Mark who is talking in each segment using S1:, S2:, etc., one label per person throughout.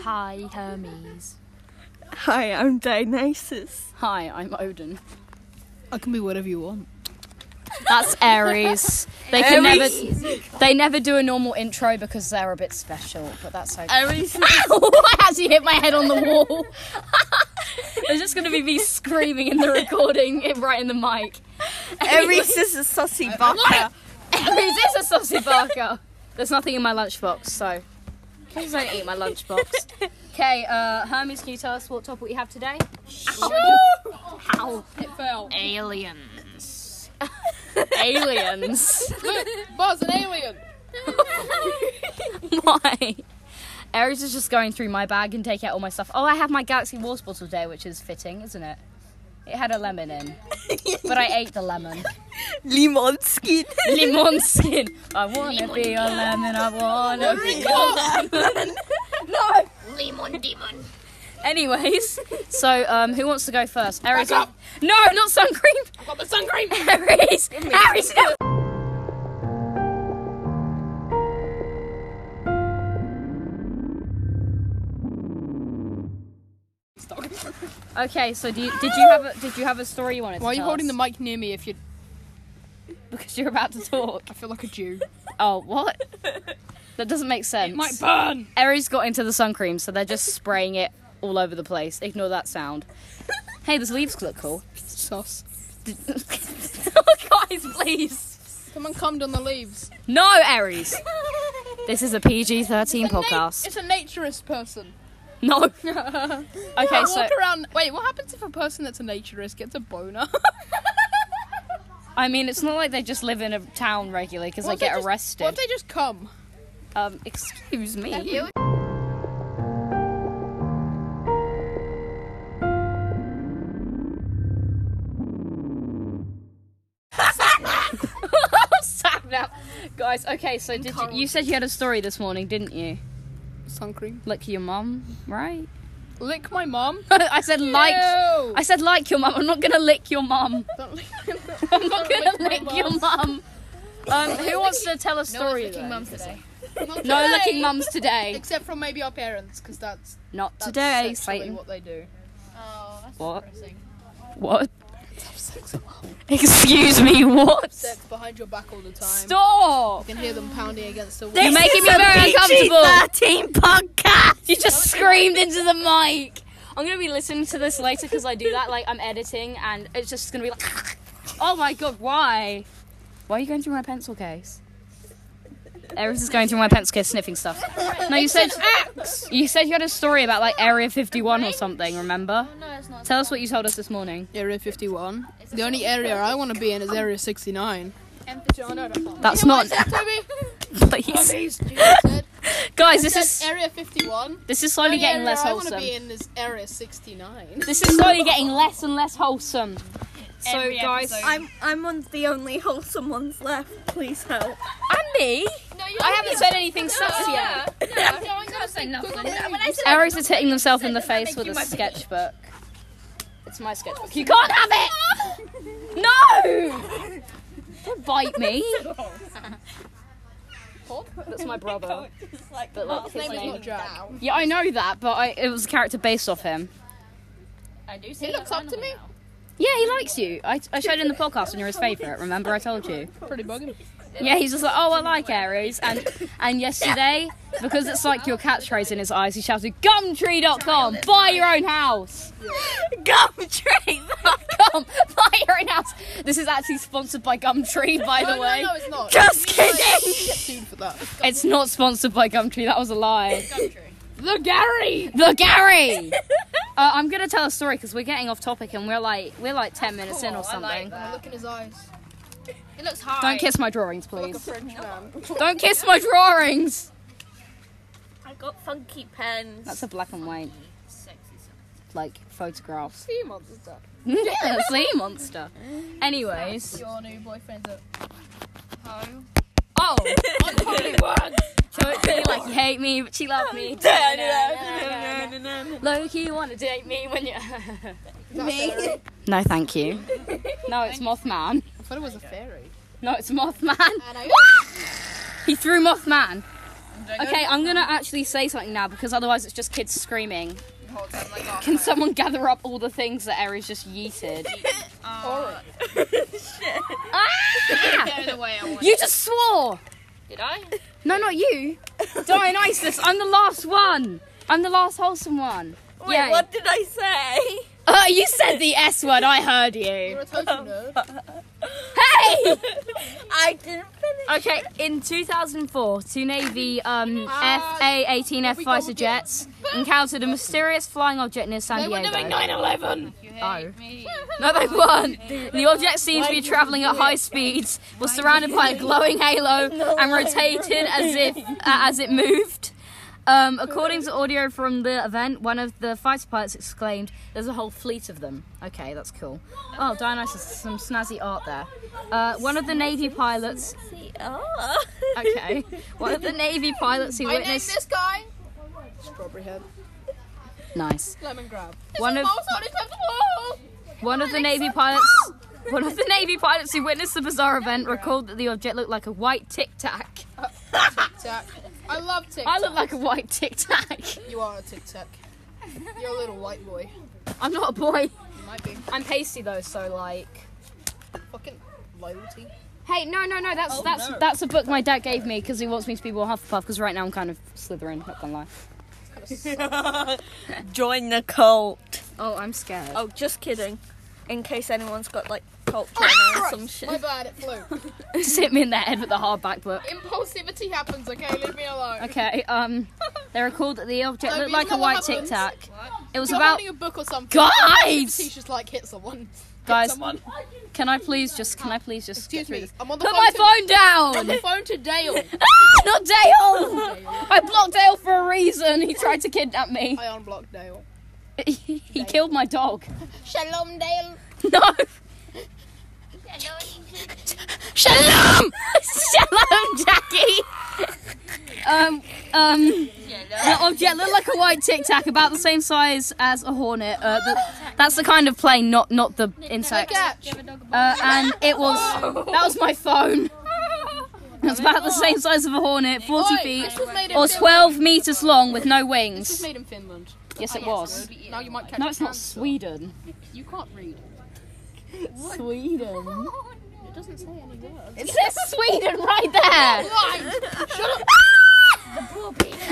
S1: Hi, Hermes.
S2: Hi, I'm Dionysus.
S1: Hi, I'm Odin.
S3: I can be whatever you want.
S1: That's Aries. They can never they never do a normal intro because they're a bit special, but that's okay.
S2: Aries.
S1: Ow! I actually hit my head on the wall. There's just gonna be me screaming in the recording it- right in the mic.
S2: Aries is a saucy baka.
S1: Aries is a saucy barker. There's nothing in my lunchbox, so please don't eat my lunchbox. Okay, uh, Hermes, can you tell us what topic we have today? Ow!
S3: It fell.
S1: Aliens. Aliens.
S3: Look, Bart's an alien.
S1: Why? Aries is just going through my bag and taking out all my stuff. Oh, I have my Galaxy Wars bottle today, which is fitting, isn't it? It had a lemon in, but I ate the lemon.
S2: Limon skin.
S1: Lemon skin. I wanna be a lemon. I wanna be.
S4: Lemon demon.
S1: Anyways, so um, who wants to go first? Aries. No, not sun cream.
S4: I've got the sun cream.
S1: Aries. Aries. No. Okay, so do you, did you have a, did you have a story you wanted? to
S3: Why are you
S1: tell
S3: holding
S1: us?
S3: the mic near me if you?
S1: Because you're about to talk.
S3: I feel like a Jew.
S1: Oh, what? That doesn't make sense.
S3: Might burn.
S1: Aries got into the sun cream, so they're just spraying it all over the place. Ignore that sound. Hey, those leaves look cool.
S3: Sauce.
S1: oh, guys, please.
S3: Someone cummed on the leaves.
S1: No, Aries. This is a PG 13
S3: It's a na-
S1: podcast.
S3: it's a naturist person.
S1: No. Okay,
S3: I
S1: so
S3: walk around. Wait, what happens if a person that's a naturist gets a boner?
S1: I mean, it's not like they just live in a town regularly because they
S3: What if they
S1: get
S3: just-
S1: arrested.
S3: What if they just come?
S1: Um, excuse me. Stop now, guys. Okay, so did you, you said you had a story this morning, didn't you?
S3: Sun cream.
S1: Like your mum, right?
S3: Lick my mum.
S1: I said like.
S3: Ew.
S1: I said like your mum. I'm not gonna lick your mum.
S3: Don't lick
S1: I'm not gonna lick your mum. Um, who wants to tell a story? then?
S3: today.
S1: No licking mums today.
S3: Except from maybe our parents, because that's,
S1: Not
S3: that's
S1: today,
S3: sexually
S1: Satan.
S3: what they do.
S4: Oh, that's
S1: What?
S4: depressing.
S1: What? Excuse me, what?
S3: Sex behind your back all the time.
S1: Stop!
S3: You can hear them pounding against the
S1: You're
S3: wall.
S1: making me very uncomfortable.
S2: Thirteen podcast.
S1: You just screamed into the mic. I'm gonna be listening to this later because I do that. Like I'm editing, and it's just gonna be like, oh my god, why? Why are you going through my pencil case? Eris is going through my pencil case, sniffing stuff. No, you said you said you had a story about like Area 51 or something. Remember?
S4: No, it's not.
S1: Tell us what you told us this morning.
S3: Area 51. The only area I want to be in is Area 69.
S1: That's not.
S3: Toby,
S1: Please, guys, this is
S3: Area 51.
S1: this is
S3: The
S1: slowly
S3: only
S1: getting
S3: area
S1: less
S3: I want to
S1: wholesome.
S3: be in is Area 69.
S1: This is slowly getting less and less wholesome. So, guys, I'm
S2: I'm I'm on the only wholesome ones left. Please help.
S1: me.
S4: No, you're
S1: I haven't said anything sus yet.
S4: I'm gonna say nothing. When I said
S1: Aries is hitting themselves in the face with a sketchbook. It's my sketchbook. You can't have it! No! Don't bite me. That's my brother. But like, his
S3: Name is
S1: name-
S3: not Jack.
S1: Yeah, I know that, but I, it was a character based off him.
S4: I do say
S3: He looks up to me.
S1: Yeah, he likes you. I, I showed him the podcast and you're his favourite, remember? I told you.
S3: Pretty bugging.
S1: Yeah, he's just like, oh, I like Aries. And and yesterday, because it's like your catchphrase in his eyes, he shouted, Gumtree.com, buy your own house.
S2: Gum tree.
S1: Come, buy your own house. This is actually sponsored by Gumtree, by
S3: No,
S1: the
S3: no,
S1: way.
S3: no, it's not.
S2: Just kidding.
S3: Get sued for that.
S1: It's not sponsored by Gumtree, that was a lie.
S3: The Gary.
S1: the Gary! Uh, I'm gonna tell a story because we're getting off topic and we're like we're like ten minutes in or something.
S3: Look in his eyes.
S4: It looks hard.
S1: Don't kiss my drawings,
S3: Like a
S1: please.
S3: French man.
S1: Don't kiss my drawings.
S2: I got funky pens.
S1: That's a black and white, like photographs.
S3: Sea monster.
S1: Yeah, sea monster. Anyways,
S3: Your new boyfriend's a
S1: oh, Chelsea, like you hate me, but she loved me. Loki, you wanna date me when you?
S2: Me.
S1: No, thank you. No, it's Mothman.
S3: I thought it was a fairy.
S1: No, it's Mothman.
S3: And I
S1: He threw Mothman. Okay, I'm gonna actually say something now because otherwise it's just kids screaming.
S4: Hold on, like, oh,
S1: Can someone gather up all the things that Aries just yeeted?
S4: uh,
S1: ah!
S4: go the way I want.
S1: You just swore!
S4: Did I?
S1: No, not you. Dionysus, I'm the last one. I'm the last wholesome one.
S2: Wait,
S1: Yay.
S2: what did I say?
S1: Oh, you said the S word. I heard you.
S3: You're a total nerd.
S1: Hey!
S2: I didn't finish.
S1: Okay, in 2004, two Navy um, FA-18F fighter jets encountered a mysterious flying object near San Diego.
S4: You hate
S1: Oh.
S4: me.
S1: No, they weren't. The object seemed to be traveling at high speeds, was surrounded by a glowing halo, and rotated as if uh, as it moved. Um, according to audio from the event, one of the fighter pilots exclaimed, "There's a whole fleet of them." Okay, that's cool. Oh, Dionysus, some snazzy art there. Uh, one of the navy pilots.
S2: See, oh.
S1: Okay, one of the navy pilots who
S4: I named this
S1: witnessed.
S4: guy
S3: Strawberry head.
S1: Nice.
S3: Lemon grab.
S1: One of
S4: Balls on his left
S3: Oh!
S4: wall.
S1: One of the Navy pilots. One of the Navy pilots who witnessed the bizarre event recalled that the object looked like a white tic tac.
S3: Tac. I love tic.
S1: I look like a white tic tac.
S3: You are a tic tac. You're a little white boy.
S1: I'm not a boy.
S3: You might be.
S1: I'm pasty though, so like.
S3: Fucking loyalty.
S1: Hey, no, no, Oh, no. That's that's that's a book my dad gave me because he wants me to be more Hufflepuff. Because right now I'm kind of Slytherin. Not gonna lie.
S2: Join the cult.
S1: Oh, I'm scared.
S2: Oh, just kidding. In case anyone's got like cult
S1: Oh,
S2: trauma or some
S3: Ah, My
S2: shit.
S3: bad, it flew.
S1: Just hit me in the head with the hardback book.
S3: Impulsivity happens, okay? Leave me alone.
S1: Okay. Um, they recalled that the object
S3: No,
S1: looked
S3: you
S1: like
S3: know
S1: a
S3: what
S1: white tic
S3: happens?
S1: tac. It was
S3: You're
S1: about
S3: holding a book or something.
S1: Guys!
S3: Impulsivity just like hit someone. Hit
S1: guys.
S3: someone.
S1: Can I please just? Can I please just?
S3: Excuse
S1: get through
S3: me.
S1: this?
S3: I'm on the
S1: Put
S3: phone.
S1: my
S3: to-
S1: phone
S3: on
S1: down.
S3: the phone to Dale.
S1: Ah, not Dale! I blocked Dale for a reason. He tried to kidnap me.
S3: I unblocked Dale.
S1: He killed my dog.
S4: Shalom, Dale.
S1: No! Shalom! Shalom, Jackie! Um, um, the object looked like a white tic tac, about the same size as a hornet. Uh, the, that's the kind of plane, not not the insect. Uh,
S3: Catch.
S1: and it was that was my phone. It's about the same size of a hornet, 40
S3: Oi,
S1: feet,
S3: This was made in
S1: or
S3: Finland.
S1: 12 meters long with no
S3: This was
S1: wings.
S3: made in Finland.
S1: Yes, it was.
S3: Now you might catch
S1: No, it's not
S3: cancer.
S1: Sweden.
S3: You can't read.
S1: Sweden.
S4: It doesn't say any words.
S1: It says Sweden right there.
S3: Why?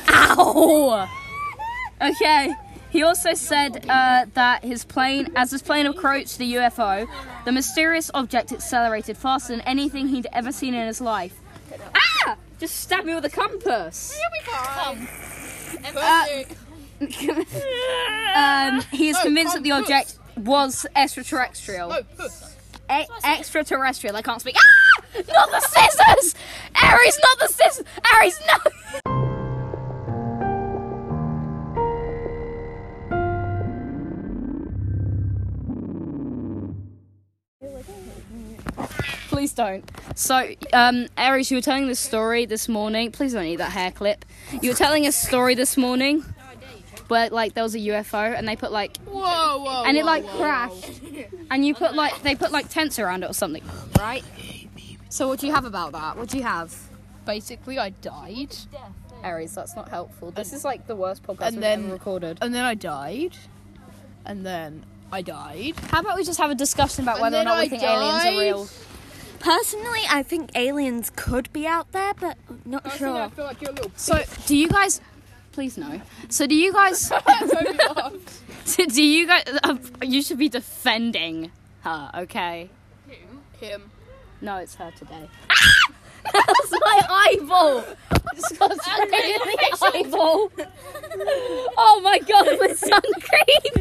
S1: Ow. Okay. He also said uh, that his plane, as his plane approached the UFO, the mysterious object accelerated faster than anything he'd ever seen in his life. Ah! Just stabbed me with a compass. Uh, um, he is
S3: No,
S1: convinced that the
S3: compass.
S1: object was extraterrestrial.
S3: No, puss.
S1: E- extraterrestrial. I can't speak. Ah! Not the scissors! Aries, not the scissors! Aries, no! Please don't. So, um, Aries, you were telling this story this morning. Please don't eat that hair clip. You were telling a story this morning where, like, there was a UFO and they put, like,
S3: Whoa, whoa.
S1: and it
S3: whoa,
S1: like
S3: whoa,
S1: crashed and you put like they put like tents around it or something right so what do you have about that what do you have
S3: whoa. Basically, I died.
S1: aries that's not helpful this is like the worst podcast
S3: And
S1: we've
S3: then-
S1: ever recorded
S3: And then I died. And then I died.
S1: how about we just have a discussion about
S3: And
S1: whether or
S3: then
S1: not we
S3: I
S1: think aliens
S3: died.
S1: are real
S2: Personally, I think aliens could be out there, but I'm not
S3: Personally, I
S2: sure.
S3: feel like you're a little
S1: so do you guys please no so do you guys do you guys uh, you should be defending her okay
S3: him.
S1: no it's her today that's my eyeball It's got straight in the eyeball. Oh my god, it was sunscreen.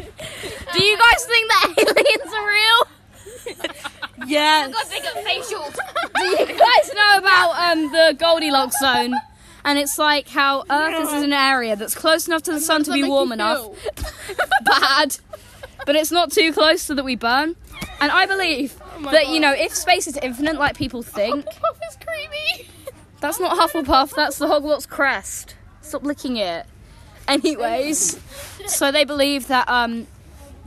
S1: Do you guys think that aliens are real?
S2: Yes.
S1: Do you guys know about um, the Goldilocks zone? And it's like how Earth is in an area that's close enough to the sun to be warm enough. Bad. But it's not too close so that we burn. And I believe that, you know, if space is infinite like people think,
S3: Oh Puff is creamy.
S1: that's not Hufflepuff, that's the Hogwarts crest. Stop licking it. Anyways, so they believe that um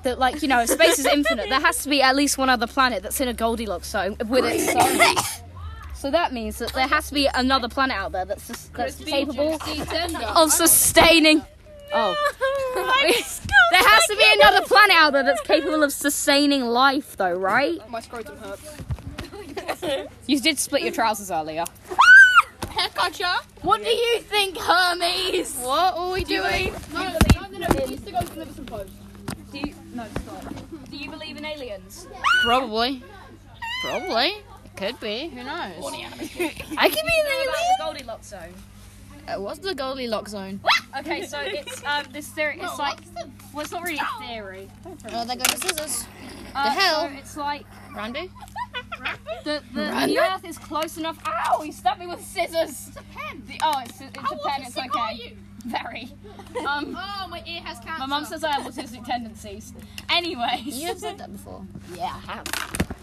S1: that like, you know, if space is infinite, there has to be at least one other planet that's in a Goldilocks zone with its sun. So that means that there has to be another planet out there that's sus- that's capable
S3: tender.
S1: of sustaining. Oh. there has to be another planet out there that's capable of sustaining life, though, right?
S3: My scrotum hurts.
S1: You did split your trousers earlier.
S4: Gotcha.
S1: What do you think, Hermes?
S4: What are we doing?
S3: No, no, no, no. We used to go to Liverpool Post.
S1: Do you, no, stop. Do you believe in aliens?
S4: Probably. Probably. It could be. Who knows?
S1: I can be an alien. The Goldilocks zone.
S4: Uh, what's the Goldilocks zone?
S1: Okay, so it's um this theory. It's like well, it's not really a theory.
S4: Oh, there goes the scissors.
S1: Uh,
S4: hell?
S1: So it's like
S4: Randy?
S1: the the, the Earth is close enough. Ow! He stabbed me with scissors. It's a pen. The, oh, it's, it's a pen. It's okay. Very. Um,
S3: Oh, my ear has cancer.
S1: my mum says I have autistic tendencies. Anyways.
S4: You have said that before.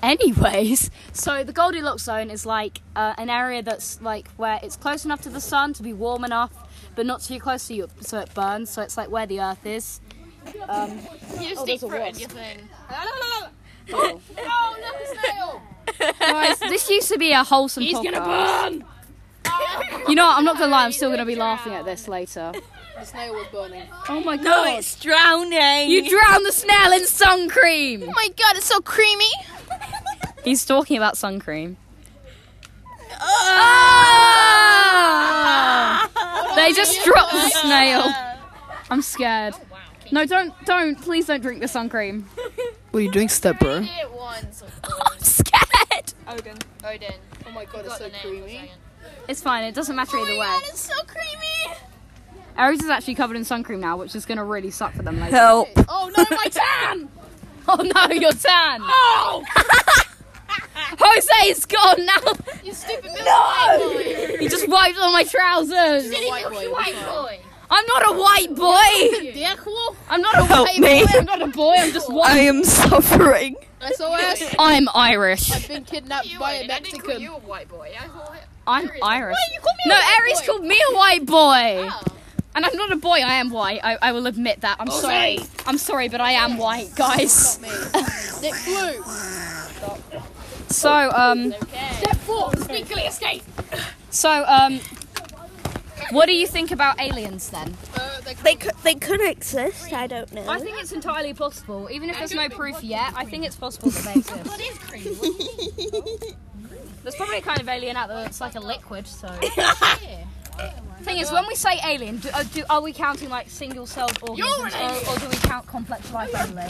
S1: Anyways, so the Goldilocks zone is like uh, an area that's like where it's close enough to the sun to be warm enough, but not too close to you so it burns. So it's like where the Earth is. Um,
S4: You
S1: Oh, there's a wasp.
S4: thing.
S1: Guys, this used to be a wholesome He's podcast. gonna burn! you know what? I'm not gonna lie. I'm still gonna be laughing at this later.
S3: The snail was burning.
S1: Oh my god! Oh,
S2: drowning.
S1: You drown the snail in sun cream.
S4: Oh my god, it's so creamy.
S1: He's talking about sun cream. Ah! They just dropped the snail. I'm scared. No, don't, don't, please don't drink the sun cream.
S3: What are you doing, step bro?
S4: it once.
S1: I'm scared.
S4: Odin.
S3: Oh my god, it's so creamy.
S1: It's fine. It doesn't matter either way.
S4: Oh it's so creamy.
S1: Aries is actually covered in sun cream now, which is gonna really suck for them later.
S2: Help.
S4: Oh no, my tan!
S1: Oh no, you're tan. Oh. Jose's gone now.
S4: You stupid little white
S1: He just wiped on my trousers.
S3: White boy.
S4: boy.
S1: I'm not a white boy.
S4: Dirk
S1: I'm not a
S2: Help
S1: white
S2: me.
S1: boy. I'm not a boy. I'm just
S2: I
S1: white.
S2: am suffering.
S3: SOS.
S1: I'm Irish.
S3: Been kidnapped by a Mexican.
S4: a white boy. I call it.
S1: I'm Irish.
S4: You call me
S1: No, Aries called me a white boy.
S4: Oh.
S1: And I'm not a boy, I am white. I, I will admit that. I'm sorry. I'm sorry, but I am white, guys.
S3: Nick Blue.
S1: So, um,
S3: Step four. Sneakily escape.
S1: so, um, what do you think about aliens then?
S3: Uh, they
S2: They could, they could exist. I don't know.
S1: I think it's entirely possible, even if there's no proof yet. I think it's possible that they exist. What is cream? There's probably a kind of alien out there that's like a liquid. So, thing is, when we say alien, do, uh, do, are we counting like single-celled organisms, or, or do we count complex life only?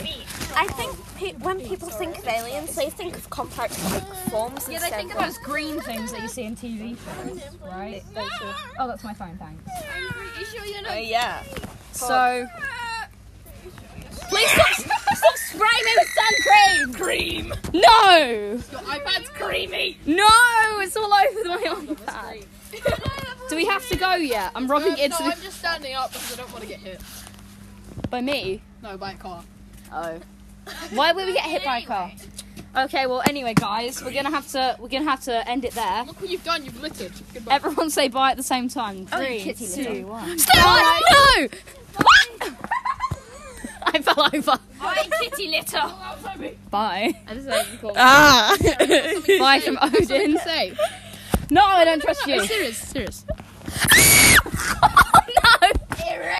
S2: I think pe- when people think of aliens, they think of complex like forms.
S1: Yeah, they
S2: instead
S1: think of
S2: of-
S1: those green things that you see in TV shows, right? Those sort of- Oh, that's my phone. Thanks. Oh,
S2: Uh, yeah.
S1: So. Please stop, stop spraying me with sun cream! Cream! No!
S3: Your iPad's creamy.
S1: No! It's all over my iPad. Do we have to go yet? I'm
S3: Um,
S1: rubbing it
S3: no,
S1: into
S3: I'm
S1: the-
S3: just standing up because I don't want to get hit.
S1: by me.
S3: No, by a car.
S1: Oh. Why would we get hit by a car? Okay, well anyway guys, we're gonna have to we're gonna have to end it there.
S3: Look what you've done. You've littered. Goodbye.
S1: Everyone say bye at the same time.
S4: Oh,
S1: Three,
S2: kitty
S1: two,
S2: litter.
S1: one. Stay No! What? I fell over.
S4: Bye, kitty litter.
S1: Bye.
S4: I just like you call me.
S2: Ah.
S1: Bye from Odin.
S3: Say.
S1: No, I don't trust you.
S3: Serious. Serious.
S4: Oh,